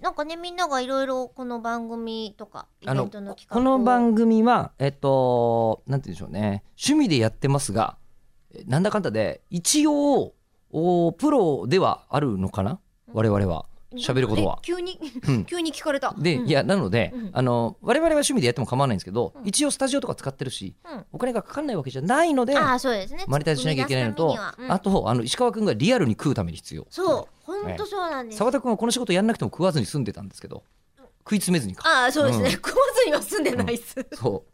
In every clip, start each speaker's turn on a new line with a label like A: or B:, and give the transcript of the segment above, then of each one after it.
A: なんかねみんながいろいろこの番組とかイベ
B: あの
A: ントの
B: こ
A: 企画
B: この番組はえっとなんて言うんでしょうね趣味でやってますがえなんだかんだで一応おプロではあるのかな我々は喋ることは
A: え。急に
B: う ん
A: 急に聞かれた
B: で、
A: うん
B: いやなので、
A: うん
B: あの我々は趣味でやっても構わないんですけど、
A: うん
B: 一応スタジオとか使ってるし、
A: うん
B: お金がかかんないわけじゃないので
A: ああそうですね
B: マネタイズしなきゃいけないの
A: 生
B: と、
A: み出すためにはうん
B: あとあの石川君がリアルに食うために必要
A: そう本当そうなんです
B: 澤田君はこの仕事やんなくても食わずに済んでたんですけど食い詰めずにか
A: ああそうですね
B: うん
A: 食わずには住んでないっす
B: そ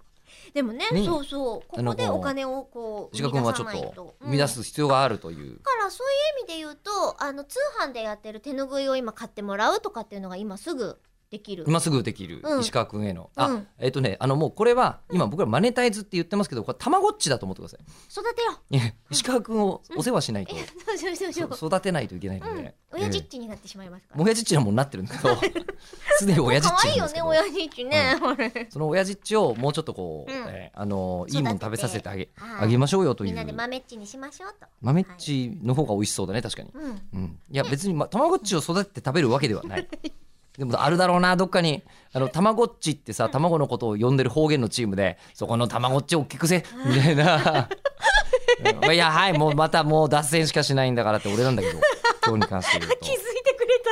A: でもね
B: ね
A: そうそうここで
B: あの
A: お金をこう
B: う石川君はちょっ
A: 生み出さない
B: と
A: うん
B: 生み出す必要があるという、
A: だからそういう意味で言うとあの通販でやってる手ぬぐいを今買ってもらうとかっていうのが今すぐできる。
B: 今すぐできる
A: うん
B: 石川君への、あ、
A: うん
B: えっ、とねあのもうこれは今僕らマネタイズって言ってますけどこれたまごっちだと思ってください
A: 育てよう。
B: いや石川君をお世話しないと
A: え、、 そうしようそうしよう。
B: そ育てないといけないの
A: う
B: で、
A: ん、親父
B: え
A: っちになってしまいますか
B: えもう
A: ら。
B: 親父っちはもうなってる んですけどすでに親父っ
A: 可
B: ち
A: 愛い
B: な
A: よ
B: んです
A: ね、
B: けど
A: 親父っちね。これ
B: その親父っちをもうちょっとこう、
A: うん
B: ええあの
A: 育てて
B: いいもの食べさせてあげ
A: はい
B: あげましょうよとい
A: み
B: うん
A: なで豆っちにしましょうと。
B: 豆っちの方が美味しそうだね確かに、
A: うん。
B: うん、いや別にまたまごっちを育てて食べるわけでは ないでもあるだろうなどっかにあのたまごっちってさ卵のことを呼んでる方言のチームでそこのたまごっち大きくせみた いなうんいやはいもうまたもう脱線しかしないんだからって俺なんだけど今日に関して 言うと
A: 気づいてくれた。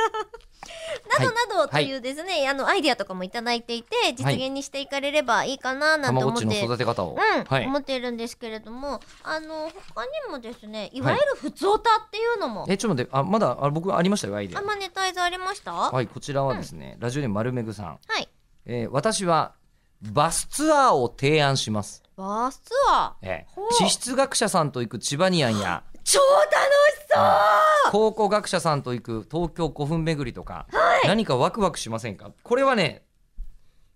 B: は
A: な
B: い
A: どなどというですね、あのアイディアとかもいただいていて実現にしていかれればいいかなな
B: た
A: ん
B: ま
A: て
B: ご
A: 思
B: っ
A: っ
B: ち
A: て、
B: の育て方を、
A: うん
B: はい
A: 思っているんですけれどもあの他にもですねいわゆる普通歌っていうのも、
B: えちょっと待ってあまだあ僕ありましたよアイデア
A: あマネタイズありましたは
B: はいこちらはですね、ラジオネーム丸めぐさん、
A: い
B: えー私はバスツアーを提案します、
A: バスツアー
B: え
A: ほう
B: ー、地質学者さんと行く千葉ニアンや
A: 超楽しそう
B: 考古学者さんと行く東京古墳巡りとか、何かワクワクしませんかこれはね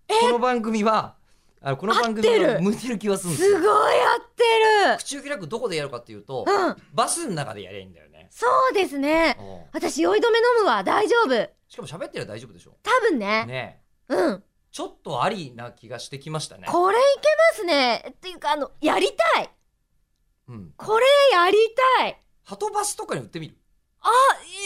B: この番組はあのこの番組
A: 合って
B: は
A: る
B: 向いてる気がするんです
A: す
B: よ
A: ごい合って
B: 口を開くどこでやるかっていうと、
A: るうん
B: バスの中でやりゃいいんだよね
A: そうですね
B: うん
A: 私酔い止め飲むわ大丈夫
B: しかも喋ってりゃ大丈夫でしょ
A: 多分ね
B: ねえ
A: うん
B: ちょっとありな気がしてきましたね
A: これいけますねっていうかあのやりたい
B: うん
A: これやりたい
B: ハトバスとかに売ってみる
A: あ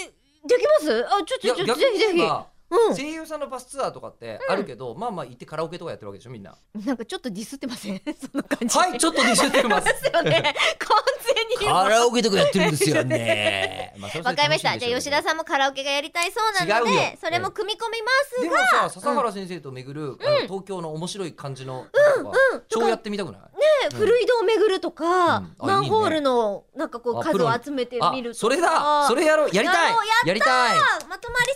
A: えできますあちょちょちょぜ
B: 逆に
A: ひぜひ
B: 言えば
A: う
B: 声優さんのバスツアーとかってあるけど、まあまあ行ってカラオケとかやってるわけでしょみん な。
A: んなんかちょっとディスってません その感じ
B: はいちょっとディスってます。
A: ですよね完全に
B: カラオケとかやってるんですよね。 まあそれは
A: わかりました。
B: 楽
A: じ
B: いん
A: ゃあ
B: で
A: 吉
B: ょうけど
A: 田さんもカラオケがやりたいそうなの
B: 違うよ
A: で、それも組み込みます。
B: でもさ笹原先生と巡る、あの東京の面白い感じのうんうん超やってみたくない、
A: で古い堂を巡るとか、
B: うんあ
A: マンホールのなんかこう
B: あ
A: 数を集めて
B: あ
A: みるとか。
B: それだそれやろうやりたい
A: やろうやった
B: りたい
A: あまとまり